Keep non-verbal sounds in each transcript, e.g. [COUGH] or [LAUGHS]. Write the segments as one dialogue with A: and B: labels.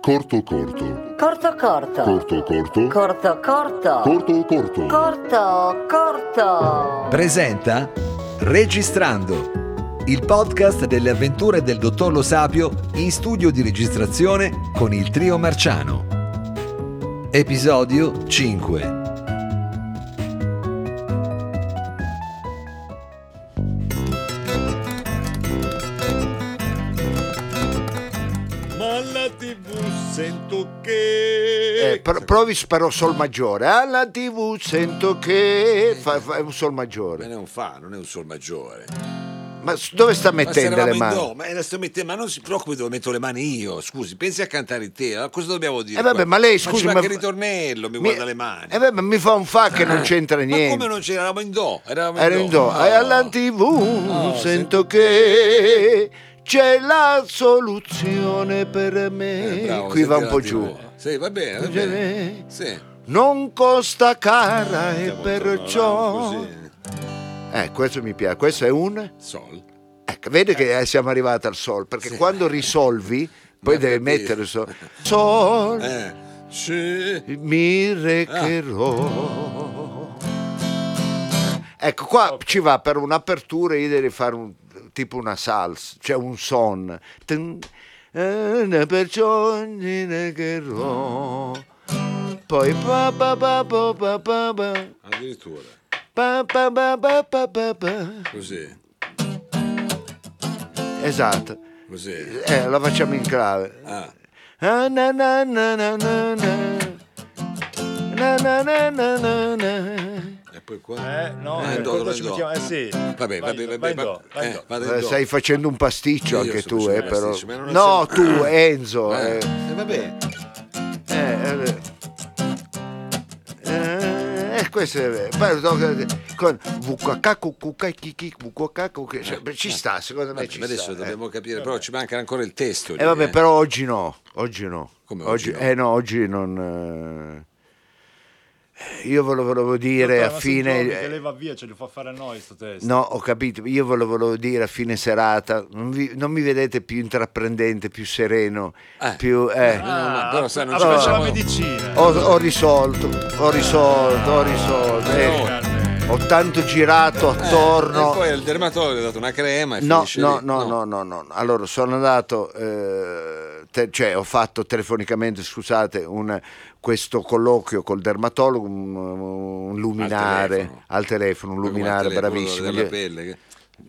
A: Corto corto.
B: Corto corto.
A: Corto corto.
B: Corto corto.
A: Corto corto.
B: Corto corto.
C: presenta Registrando, il podcast delle avventure del dottor Lo Sapio in studio di registrazione con il trio marciano. Episodio 5.
D: Ma alla tv sento che...
E: Eh, pro- provi però sol maggiore. Ah, Alla TV sento che fa, fa- è un sol
D: Ma
E: maggiore.
D: non fa, non è un sol maggiore.
E: Ma s- dove sta
D: Ma se
E: mettendo
D: eravamo
E: le
D: in
E: mani?
D: do, ma, la sto mettendo- ma non si preoccupi dove metto le mani io, scusi, pensi a cantare te, allora cosa dobbiamo dire?
E: Eh, vabbè,
D: qua?
E: ma lei
D: ci
E: scusi,
D: fa
E: ma
D: anche il ritornello, mi, guarda le mani. Ah. Eh,
E: Eh, vabbè, ma mi fa un fa che non c'entra
D: Ma
E: niente.
D: come non c'era? Eravamo in do. Eravamo in
E: Era
D: do.
E: in do. eh,
D: No.
E: E alla TV
D: No,
E: sento che c'è la soluzione per me.
D: Eh, bravo,
E: Qui va
D: senti
E: un po'
D: la
E: giù.
D: TV. Sì, va bene, va bene. Sì.
E: Non costa cara e
D: Stiamo
E: perciò.
D: tornando così.
E: Eh, questo mi piace. Questo è un.
D: Sol.
E: Ecco, vede che eh, siamo arrivati al sol, perché quando risolvi, poi
D: Ma
E: devi
D: perché?
E: mettere sol. Sol,
D: Eh. Sì.
E: mi recherò. Ecco, qua ci va per un'apertura, io devi fare un, tipo una salsa, cioè un son. Tun, eh, Perciò mi recherò. Poi pa pa pa pa pa pa pa
D: Addirittura.
E: pa pa pa pa pa pa pa.
D: Così.
E: Esatto.
D: Così.
E: Eh, la facciamo in clave.
D: Ah.
E: Ah, na, na, na, na, na, na. Na, na, na, na, na, na.
D: E poi qua.
F: Eh, no,
D: Eh,
F: eh,
D: do,
F: cosa
D: vai
F: ci
D: do.
F: mettiamo? Eh sì.
D: Vabbè,
F: Vai
D: vabbè,
F: do,
D: vabbè.
F: vai do,
D: va-
F: vai
D: eh,
F: do.
D: vado in
E: Eh,
D: do.
E: Stai facendo un pasticcio
D: Io
E: anche
D: sto
E: tu, eh,
D: facendo un
E: però.
D: pasticcio, ma non è
E: No,
D: sempre-
E: tu, Enzo.
D: Eh,
E: eh.
D: eh, vabbè.
E: Eh, eh, eh, eh, questo è poi tocca- con vucacacucucaichichi, vucacacuc- cioè, beh, ci sta, secondo me
D: Vabbè,
E: ci
D: ma adesso
E: sta. eh.
D: dobbiamo capire, però ci manca ancora il testo. lì,
E: Eh vabbè,
D: eh.
E: però oggi no, oggi no.
D: Come oggi no?
E: Eh no, oggi non... eh, Io ve lo volevo dire
F: Dottore,
E: a
F: ma se trovi
E: fine...
F: Che lei va via, ce lo fa fare a noi sto testo.
E: No, ho capito, io ve lo volevo dire a fine serata, non, vi- non mi vedete più intraprendente, più sereno,
D: Eh.
E: più... eh.
D: No, no, no, però sai, non
F: ah,
D: ci
F: ah,
D: facciamo-
F: la medicina.
E: Ho, ho risolto, ho risolto, ho risolto. eh.
F: Finalmente.
E: Ho tanto girato
D: Eh, E
E: attorno...
D: poi al dermatologo gli ha dato una crema e
E: No,
D: finisce
E: no,
D: lì.
E: no, no, no, no. Allora sono andato, eh, te- cioè ho fatto telefonicamente, scusate, un- questo colloquio col dermatologo, un, un luminare al
D: telefono.
E: telefono, un
D: Come al
E: luminare,
D: telefono
E: bravissimo.
D: della
E: Gli-
D: pelle, che-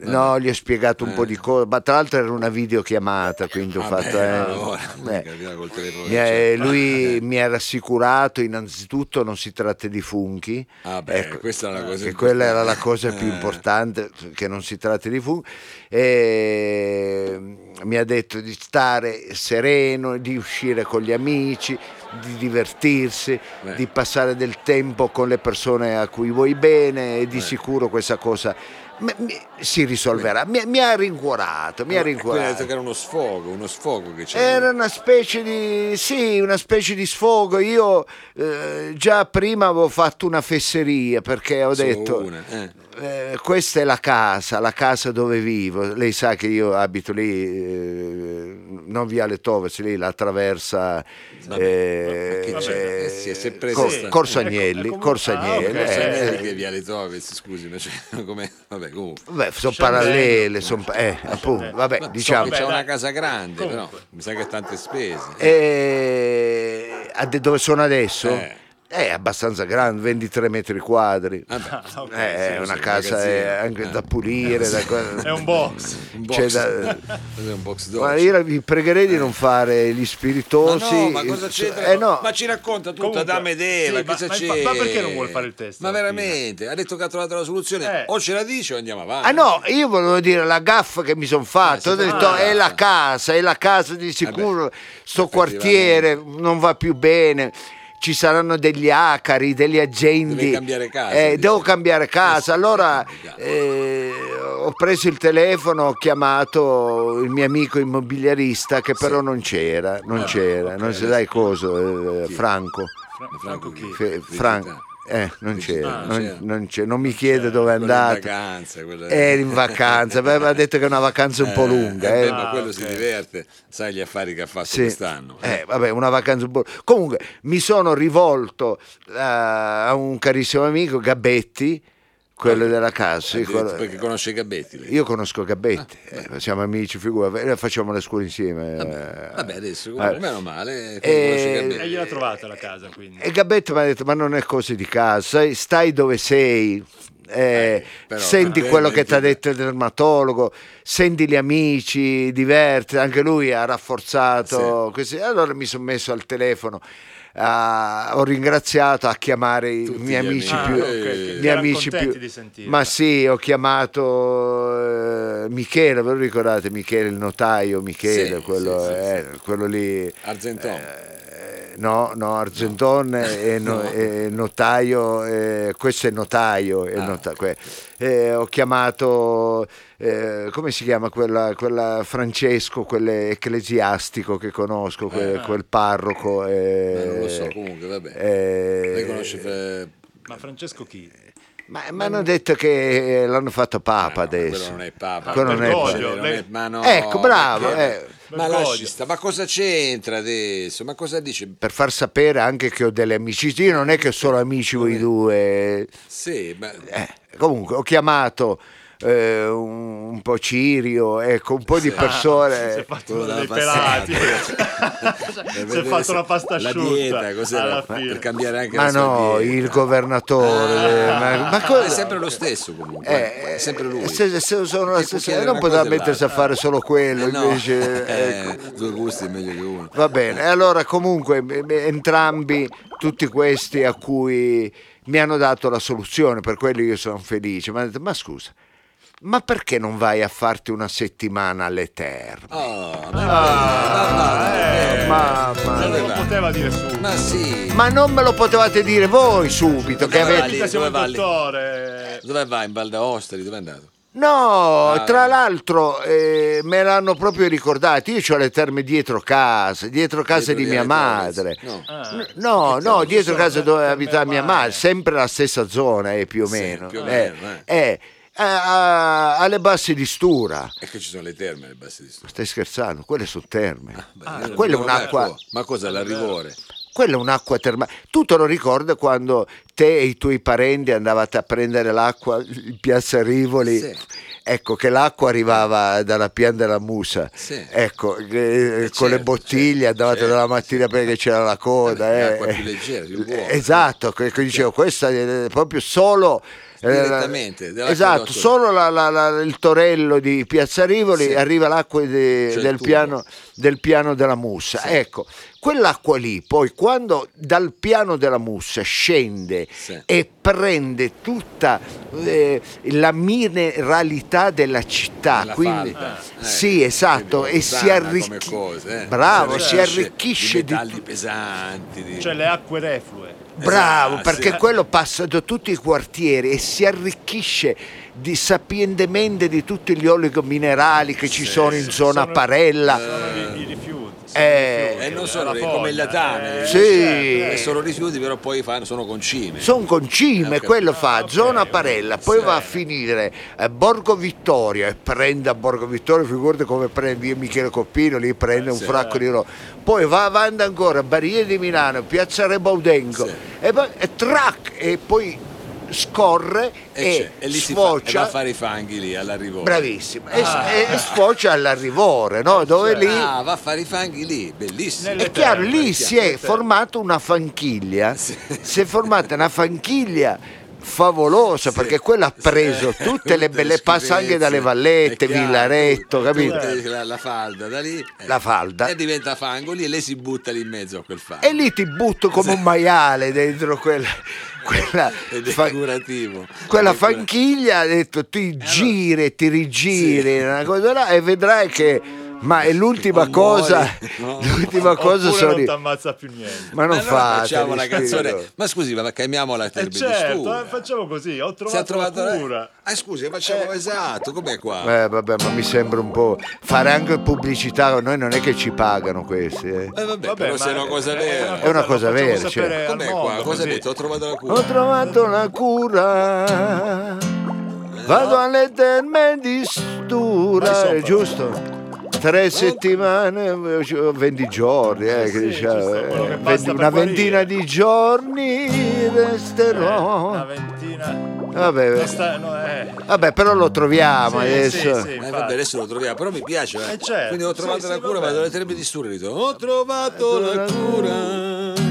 E: No, gli ho spiegato un
D: Eh.
E: po' di cose, ma tra l'altro era una videochiamata, quindi ho
D: Vabbè,
E: fatto... eh,
D: allora,
E: eh.
D: capita col telefono cioè, eh.
E: Mi
D: che
E: ha-
D: c'è.
E: lui mi ha rassicurato, innanzitutto non si tratta di funghi,
D: Ah, beh, questa è una cosa
E: Ecco, eh, che quella era la
D: importante.
E: cosa più
D: Eh.
E: importante, che non si tratta di funghi. E mm, mi ha detto di stare sereno, di uscire con gli amici, di divertirsi,
D: Beh.
E: di passare del tempo con le persone a cui vuoi bene e di
D: Beh.
E: sicuro questa cosa mi- mi- si risolverà. Mi, mi ha rincuorato, mi ha Eh,
D: Allora, quindi ha detto
E: rincuorato.
D: che era uno sfogo, uno sfogo che c'era.
E: Era una specie di sì, una specie di sfogo. Io eh, già prima avevo fatto una fesseria perché ho
D: Solo
E: detto
D: una, eh.
E: eh, questa è la casa, la casa dove vivo. Lei sa che io abito lì, eh, non Viale Toves, lì la traversa
D: Vabbè,
E: eh,
D: ma che c'è?
E: eh,
D: Eh sì, è sempre
E: Cor-
D: questa.
E: Corso Agnelli,
F: È com-
E: Corso
F: ah, ok,
E: Agnelli,
D: Eh,
F: Corso
E: eh,
D: sai
F: Agnelli
D: che via Litovez, scusi, ma c'è cioè, [LAUGHS] come... Vabbè, comunque.
E: Beh, sono
F: Scendelli.
E: parallele, son pa- eh, appunto, vabbè,
D: Ma so
E: diciamo. Eh,
D: che c'è
F: Vabbè,
D: una
F: dai.
D: casa grande,
F: Comunque.
D: però mi sa che ha tante spese.
E: E a de- dove sono adesso?
D: Eh.
E: È abbastanza grande, 23 metri quadri.
D: Vabbè,
F: Ah, ok,
E: Eh,
D: sì,
E: è
D: sì,
E: una
D: un
E: casa eh,
D: magazzino.
E: anche
D: Eh.
E: da pulire. da cosa-
F: sì. È un boh. box.
D: un
E: c'è
D: box,
E: da-
D: cos'è [LAUGHS] un box
E: Ma
D: dolce?
E: io vi pregherei di non fare gli
D: Ma
E: spiritosi.
D: no, ma cosa c'entra?
E: Eh, no.
D: Ma ci racconta tutto
F: Comunque,
D: Adamo ed Eva,
F: sì, ma-
D: cosa
F: ma
D: c'è?
F: infa- ma perché non vuol fare il testo
D: Ma
F: alla fine?
D: veramente, ha detto che ha trovato la soluzione,
F: Eh.
D: o ce la dice o andiamo avanti.
E: Ah no, io volevo dire la gaffa che mi sono fatto,
D: Ah,
E: ho
D: sì, Eh
E: detto
D: ah.
E: è la casa, è la casa di sicuro, sto quartiere non va più bene, ci saranno degli acari, degli agenti,
D: Deve cambiare casa,
E: Eh,
D: dice.
E: devo cambiare casa,
D: Eh, sì,
E: allora
D: sì, sì.
E: eh, ho preso il telefono, ho chiamato il mio amico immobiliarista che però non
D: Ah,
E: c'era, non c'era, non si dai cosa, eh, Franco.
F: Fra- Franco chi?
E: Fe-
D: Felicità.
E: Franco, Eh, non c'era,
D: Ah,
E: non,
D: c'era.
E: non c'è- non mi chiede dove è
D: quello in
E: andato.
D: vacanza, quello-
E: Era in vacanza, beh, aveva detto che è una vacanza un po' lunga.
D: eh,
E: eh.
D: beh, ma quello
F: Ah,
D: si
F: ok.
D: diverte, sai gli affari che ha fatto
E: Sì.
D: quest'anno.
E: Eh, vabbè, una vacanza un po'. Comunque, mi sono rivolto eh, a un carissimo amico, Gabetti, quello della casa. sì, quello-
D: Ah, Perché Ah, conosce i Gabetti. lei.
E: Io conosco Gabetti, eh, siamo amici, figura, eh, facciamo le scuole insieme. eh.
D: Vabbè, adesso,
E: Vabbè.
D: meno male, eh,
E: Eh,
D: conosce i Gabetti.
F: E gliel'ha trovata la casa, quindi.
E: E Gabetti mi ha detto: Ma non è cose di casa, sai, stai dove sei. eh,
D: però,
E: senti
D: veramente.
E: quello che ti ha detto il dermatologo, senti gli amici, diverti, anche lui ha rafforzato. questi- Allora mi sono messo al telefono, a- ho ringraziato a chiamare i
D: Tutti
E: miei
D: gli
E: amici
D: amici.
E: più.
D: Ah, ok, ok.
E: i miei
F: Erano
E: amici
F: contenti
E: più-
F: di sentirla.
E: ma sì, ho chiamato eh, Michele, ve lo ricordate Michele, il notaio Michele,
D: Sì,
E: quello,
D: sì, sì,
E: eh, quello lì.
D: Argenton.
E: Eh, no, no, Argenton è,
D: [LAUGHS]
E: no- è notaio, eh, questo è notaio. è
D: Ah.
E: nota- que- eh, ho chiamato, eh, come si chiama quella, quella Francesco, quell'ecclesiastico che conosco, que- quel parroco. eh,
D: Eh, ah. non lo so, comunque, vabbè.
E: eh,
D: Lei conosce eh,
F: Ma Francesco chi?
E: ma, ma hanno detto che eh, l'hanno fatto Papa
D: Ah, no,
E: adesso.
D: Quello non è Papa.
E: Quello
F: Ah,
E: non è
F: Bergoglio,
E: Papa.
D: Cioè, non
F: lei-
D: è- ma no,
E: Ecco, bravo,
D: perché-
E: eh.
D: Ma
F: Bergoglio.
D: lasci sta- ma cosa c'entra adesso? Ma cosa dice?
E: Per far sapere anche che ho delle amicizie. Io non è che ho solo amici voi due.
D: Sì, ma
E: Eh, comunque, ho chiamato eh, un, un po' Cirio, ecco, un po' di
D: Ah,
F: Si
E: persone.
F: è fatto
D: Quello
F: dei
D: della passata. [LAUGHS]
F: pelati.
D: per
F: si è
D: vedere
F: fatto
D: se-
F: la pasta asciutta.
D: La dieta, cos'era?
F: alla
D: Per-
F: fine.
D: per cambiare anche
E: Ma
D: la sua
E: no,
D: dieta.
E: il governatore. ma, ma
D: Ah,
E: cosa-
D: è sempre lo stesso comunque.
E: Eh,
D: è sempre lui.
E: se- se sono la
D: Perché
E: stessa-
D: chiedere
E: non
D: una
E: poteva
D: cosa e
E: mettersi a
D: l'altra.
E: fare solo quello
D: Eh, no.
E: invece.
D: [LAUGHS] Eh,
E: ecco.
D: due gusti è meglio che uno.
E: Va bene, eh. e allora comunque m- m- entrambi, tutti questi a cui mi hanno dato la soluzione, per quelli io sono felice, mi hanno detto ma scusa, ma perché non vai a farti una settimana alle terme?
D: Oh, ma,
F: Eh,
E: Mamma
F: non
E: mia.
F: lo poteva dire subito.
D: ma sì.
E: Ma non me lo potevate dire voi subito che
D: Dove
E: avete...
D: va lì?
F: Mica siamo il
D: Dove va lì?
F: dottore.
D: Dove vai in Baldaostri? Dove è andato?
E: No,
D: Ah,
E: tra
D: no.
E: l'altro eh, me l'hanno proprio ricordato, io ho le terme dietro casa, dietro casa
D: Dietro
E: di
D: di
E: mia
D: Ale Torres.
E: madre.
D: No.
F: Ah,
E: No, no, dietro
F: sono
E: casa
F: le
E: dove
F: terme
E: abitava mia
F: urbane.
E: madre, sempre la stessa zona, eh, più o
D: Sì,
E: meno.
D: più o
E: Eh,
D: meno,
E: eh, a- a- alle basse di Stura.
D: E che ci sono le terme nel basso di Stura.
E: Stai scherzando, quelle sono terme.
D: Beh, io non
E: quella Ah, è
D: mi
E: un'acqua-
D: ricordo. Ma cosa la rigore?
E: Quella è un'acqua termale. Tu te lo ricordi quando te e i tuoi parenti andavate a prendere l'acqua in piazza Rivoli?
D: Sì.
E: Ecco, che l'acqua arrivava dalla Pian della Musa.
D: Sì.
E: Ecco, eh, con le
D: certo,
E: bottiglie
D: certo,
E: andavate
D: certo,
E: dalla mattina perché c'era la coda.
D: Vabbè,
E: eh.
D: l'acqua più leggera, più buona.
E: Esatto, che, che dicevo, questa è proprio solo... eh,
D: Direttamente, dall'acqua
E: esatto,
D: d'otto.
E: solo la- la- la- il torello di Piazza Rivoli
D: Sì.
E: arriva l'acqua de-
D: C'è il
E: del,
D: tubo.
E: piano, del piano della Mussa. Ecco, quell'acqua lì poi quando dal piano della Mussa scende
D: Sì.
E: e prende tutta eh, la mineralità della città,
D: La
E: ah, quindi
D: falda, Ah, eh.
E: sì, esatto,
D: Quindi
E: e si
D: sana come
E: arricchisce.
D: cose, eh.
E: Bravo, si
D: di
E: arricchisce di,
D: metalli
E: tu-
D: pesanti, di-
F: Cioè le acque reflue.
E: Bravo,
D: Esatto,
E: perché
D: sì.
E: quello passa da tutti i quartieri e si arricchisce di sapientemente di tutti gli oligominerali che ci sono in zona
F: sono-
E: Parella.
F: Sono i, i rifiuti. sono
E: Eh.
F: i rifiuti,
D: e non
F: la
D: sono dei-
F: fogna,
D: come il latame,
F: eh,
E: Sì.
F: certo, eh.
D: e sono rifiuti, però poi fanno- sono concime.
E: Sono
D: Eh, ho
E: concime,
D: capito.
E: quello fa
F: Ah, ok,
E: zona
F: ok.
E: Parella, poi
F: Sì.
E: va a finire a Borgo Vittorio e prende a Borgo Vittorio, figurate come prende io Michele Coppino, lì prende un
D: Eh, sì.
E: fracco di roba. Poi va avanti ancora, Barriere di Milano, Piazza Rebaudengo,
D: Sì.
E: e, poi- e trac, e poi scorre
D: e,
E: e,
D: c'è- e lì si fa, e
E: eh,
D: va
E: sfocia.
D: a fare i fanghi lì all'arrivo.
E: Bravissimo, e, e sfocia all'arrivore, no? dove lì
D: Ah, va a fare i fanghi lì, bellissimo.
F: Nelle-
E: è chiaro,
F: terme,
E: lì
F: è
E: si
F: chiaro,
E: è
F: le terme.
E: formata una fanchiglia,
D: [LAUGHS] Sì.
E: si è formata una fanchiglia favolosa Cioè,
D: Sì.
E: perché quella ha
D: [LAUGHS]
E: preso
D: Eh,
E: tutte le belle passa anche
D: schifezze.
E: dalle Vallette,
D: È chiaro,
E: Villaretto,
D: tutte-
E: capito?
D: tutte la, la falda da lì eh.
E: La falda.
D: e diventa fango lì e lei si butta lì in mezzo a quel fango.
E: E lì ti butto come un maiale dentro quella, quella,
D: [LAUGHS] Ed è
E: fa-
D: figurativo.
E: quella
D: È Eh, figura-
E: fanchiglia, ha detto ti giri, ti rigiri, una cosa là, e vedrai che Ma è l'ultima
D: Non
E: cosa,
D: muori, no.
E: l'ultima cosa
F: Oppure
E: sono
F: non
E: i-
F: ti ammazza più niente.
E: Ma non
D: Ma allora
E: fate,
D: facciamo una
E: mi
D: canzone.
E: spiego.
D: Ma scusi, ma chiamiamola
F: Eh,
D: Telebidi
F: certo, eh, facciamo così, ho
D: Si è
F: trovato,
D: trovato
F: la cura. Eh.
D: Ah, scusi, facciamo esatto, com'è qua?
E: Eh, vabbè, ma mi sembra un po'. Fare anche pubblicità, noi non è che ci pagano questi. eh.
D: Eh, vabbè, però se è una cosa vera.
E: È una cosa
F: lo
E: vera,
F: facciamo sapere
E: certo.
F: al
D: Com'è
F: mondo,
D: qua? Cosa ha
F: così.
D: detto? Ho trovato la cura. Eh,
E: Ho trovato la cura. Vado alle terme di
F: Vai
E: Stura,
F: sopra.
E: è giusto? Tre settimane, eh, 20 giorni, eh, che
F: sì,
E: diciamo,
F: giusto,
E: eh,
F: quello che
E: venti-
F: basta per
E: una ventina
F: guarire.
E: di giorni
F: Eh, una
E: resterò.
F: ventina.
E: Vabbè,
F: Non sta- no, eh.
E: vabbè, però lo troviamo
F: Sì,
E: adesso.
F: sì, sì,
D: Eh,
F: infatti.
D: vabbè, adesso lo troviamo, però mi piace. eh.
F: Eh, certo.
D: Quindi ho trovato
F: Sì,
D: la
F: sì,
D: cura,
F: va
D: vado alle
F: bene.
D: terapie di Sturrito. Ho trovato
E: Eh,
D: la cura.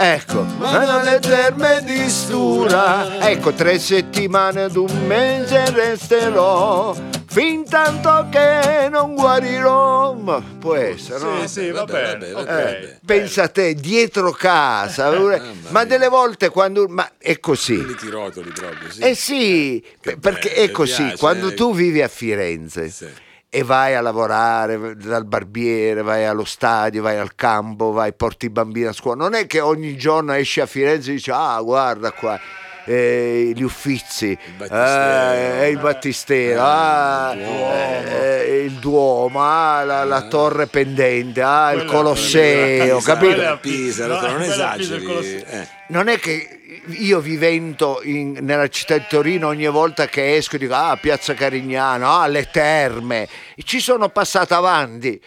E: Ecco, vanno le terme di Stura. Ecco, tre settimane ad un mese resterò. Fin tanto che non guarirò. Ma Può essere, no?
F: Sì, sì, va
D: Vabbè,
F: bene.
D: vabbè,
F: ok.
D: vabbè.
E: Eh, pensa a te, dietro casa, ma delle volte quando. Ma è così.
D: Quindi ti rotoli proprio. Sì.
E: Eh sì, per- perché
D: bello,
E: è
D: mi
E: così,
D: piace,
E: quando
D: eh.
E: tu vivi a Firenze
D: Sì.
E: e vai a lavorare dal barbiere, vai allo stadio, vai al campo, vai, porti i bambini a scuola, non è che ogni giorno esci a Firenze e dici ah guarda qua. eh, gli uffizi,
D: battistero.
E: eh, il battistero, ah,
D: il Eh.
E: eh, eh, il Duomo, ah, la, la torre pendente, ah, il
F: Quella-
E: Colosseo,
F: quella-
E: capito?
F: quella-
D: A Pisa,
F: No,
D: dottor, non
F: quella a Pisa
D: esageri.
F: è il Colosseo.
D: eh.
E: Non è che io vivendo in- nella città di Torino ogni volta che esco dico ah Piazza Carignano, ah le terme, ci sono passato avanti
D: Ma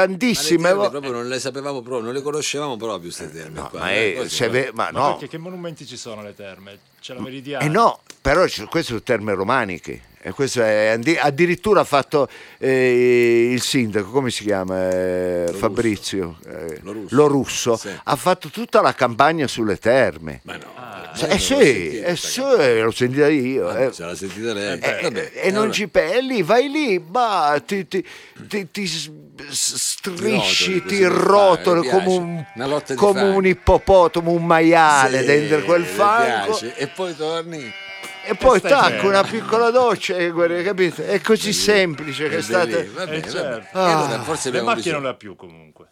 D: le
E: tantissime
D: terme
E: volte.
D: proprio non le sapevamo proprio, non le conoscevamo proprio queste terme. qua,
E: Ma,
D: eh,
E: è-
D: così,
E: se
D: guarda.
E: ve- ma
F: Ma
E: no,
F: perché che monumenti ci sono alle terme? C'è la meridiana.
E: Eh no, però ci- queste sono terme romaniche. E questo è andi- addirittura ha fatto eh, il sindaco, come si chiama? eh, Fabrizio eh,
D: Lo
E: Lo
D: Russo.
E: Russo,
D: Sì.
E: ha fatto tutta la campagna sulle terme.
D: Ma
F: Ah.
D: no.
E: eh sì, eh sì, l'ho sentita io. eh.
D: Se l'ha sentita lei.
E: Eh,
D: Vabbè,
E: e non
D: allora,
E: ci perdi, vai lì, bah, ti, ti- ti- ti s- s- strisci,
D: Rotoli, così
E: ti
D: mi fa, mi
E: rotoli
D: piace.
E: come, un,
D: Una lotta di
E: come
D: fango.
E: un ippopotamo, un maiale
D: sì,
E: dentro quel
D: le
E: fango
D: piace. E poi torni.
E: e poi
F: stai
E: tac,
F: fermo.
E: una piccola doccia, e guarda, capito? È così semplice che è
D: e
E: stata... Ah,
D: lì, vabbè,
F: Eh,
D: vabbè.
F: certo.
D: E allora forse
F: Le
D: abbiamo
F: macchine
D: bisogno-
F: non le ha più comunque.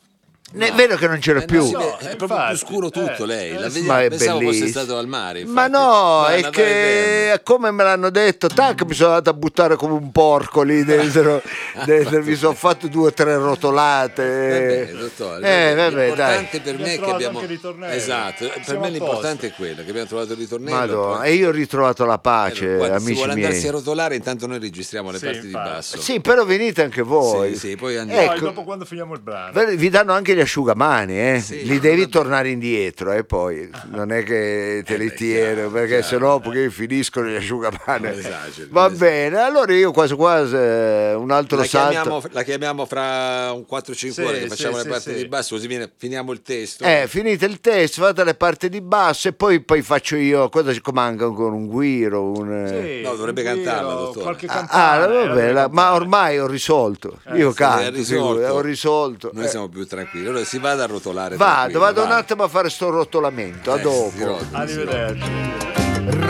E: È vero che non c'era
D: Eh,
E: più.
D: non si vede,
F: No,
D: è proprio
F: infatti,
D: più scuro tutto
F: eh,
D: lei. La
F: eh,
D: vedi-
E: Ma è
D: pensavo fosse
E: bellissimo.
D: stato al mare.
E: Ma
D: infatti.
E: no,
D: Ma
E: è
D: Natale
E: che
D: eterno.
E: come me l'hanno detto, tac, mi sono andato a buttare come un porco lì
D: [LAUGHS]
E: dentro, dentro, mi sono fatto due o tre rotolate.
D: Vabbè, dottore,
E: eh,
D: vabbè,
E: vabbè, dai.
D: l'importante per
F: Abbiamo
D: me è che
F: trovato
D: abbiamo
F: anche il ritornello.
D: Esatto, eh, per
F: Siamo
D: me
F: a
D: l'importante è quello che abbiamo trovato il ritornello.
E: Madonna,
D: poi-
E: e io ho ritrovato la pace,
D: Guarda, se
E: amici
D: vuole andarsi a
E: miei.
D: rotolare, intanto noi registriamo le
F: Sì,
D: parti di
F: infatti.
D: basso.
E: Sì, però venite anche voi.
D: Sì, sì, poi andiamo.
F: Poi
E: Ecco.
F: dopo quando finiamo il brano.
E: Ve- Vi danno anche gli asciugamani, eh?
D: Sì,
E: li devi
D: vabbè. Ah. Eh
E: tornare indietro e poi non è che te li
D: beh,
E: tieni
D: chiaro,
E: perché
D: chiaro. eh.
E: sennò poi finiscono gli asciugamani.
D: Non esageri,
E: Va
D: non esageri.
E: bene, allora io quasi quasi eh, un altro
D: La
E: salto.
D: chiamiamo, la chiamiamo fra un 4-5
F: Sì,
D: ore che
F: sì,
D: facciamo le
F: sì,
D: parti
F: sì.
D: di basso, così viene- finiamo il testo.
E: Eh, finite il test, fate le parti di basso e poi, poi faccio io. Cosa ci manca ancora? Un guiro? Un, eh?
F: Sì,
D: No, dovrebbe
F: un giro,
D: cantarla, dottore.
F: Qualche
E: Ah,
F: cantata.
E: ah, vabbè, la- ma ormai ho risolto. io
D: è
E: canto,
D: Eh, risolto.
E: figurati, ho risolto.
D: Noi
E: Eh,
D: siamo più tranquilli. Allora si vada a rotolare.
E: vado,
D: tranquillo,
E: vado un
D: vai.
E: attimo a fare sto rotolamento. A
D: Eh, si
E: dopo.
D: rotoli, si rotoli.
F: Arrivederci.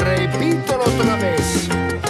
E: Repito rotolamento.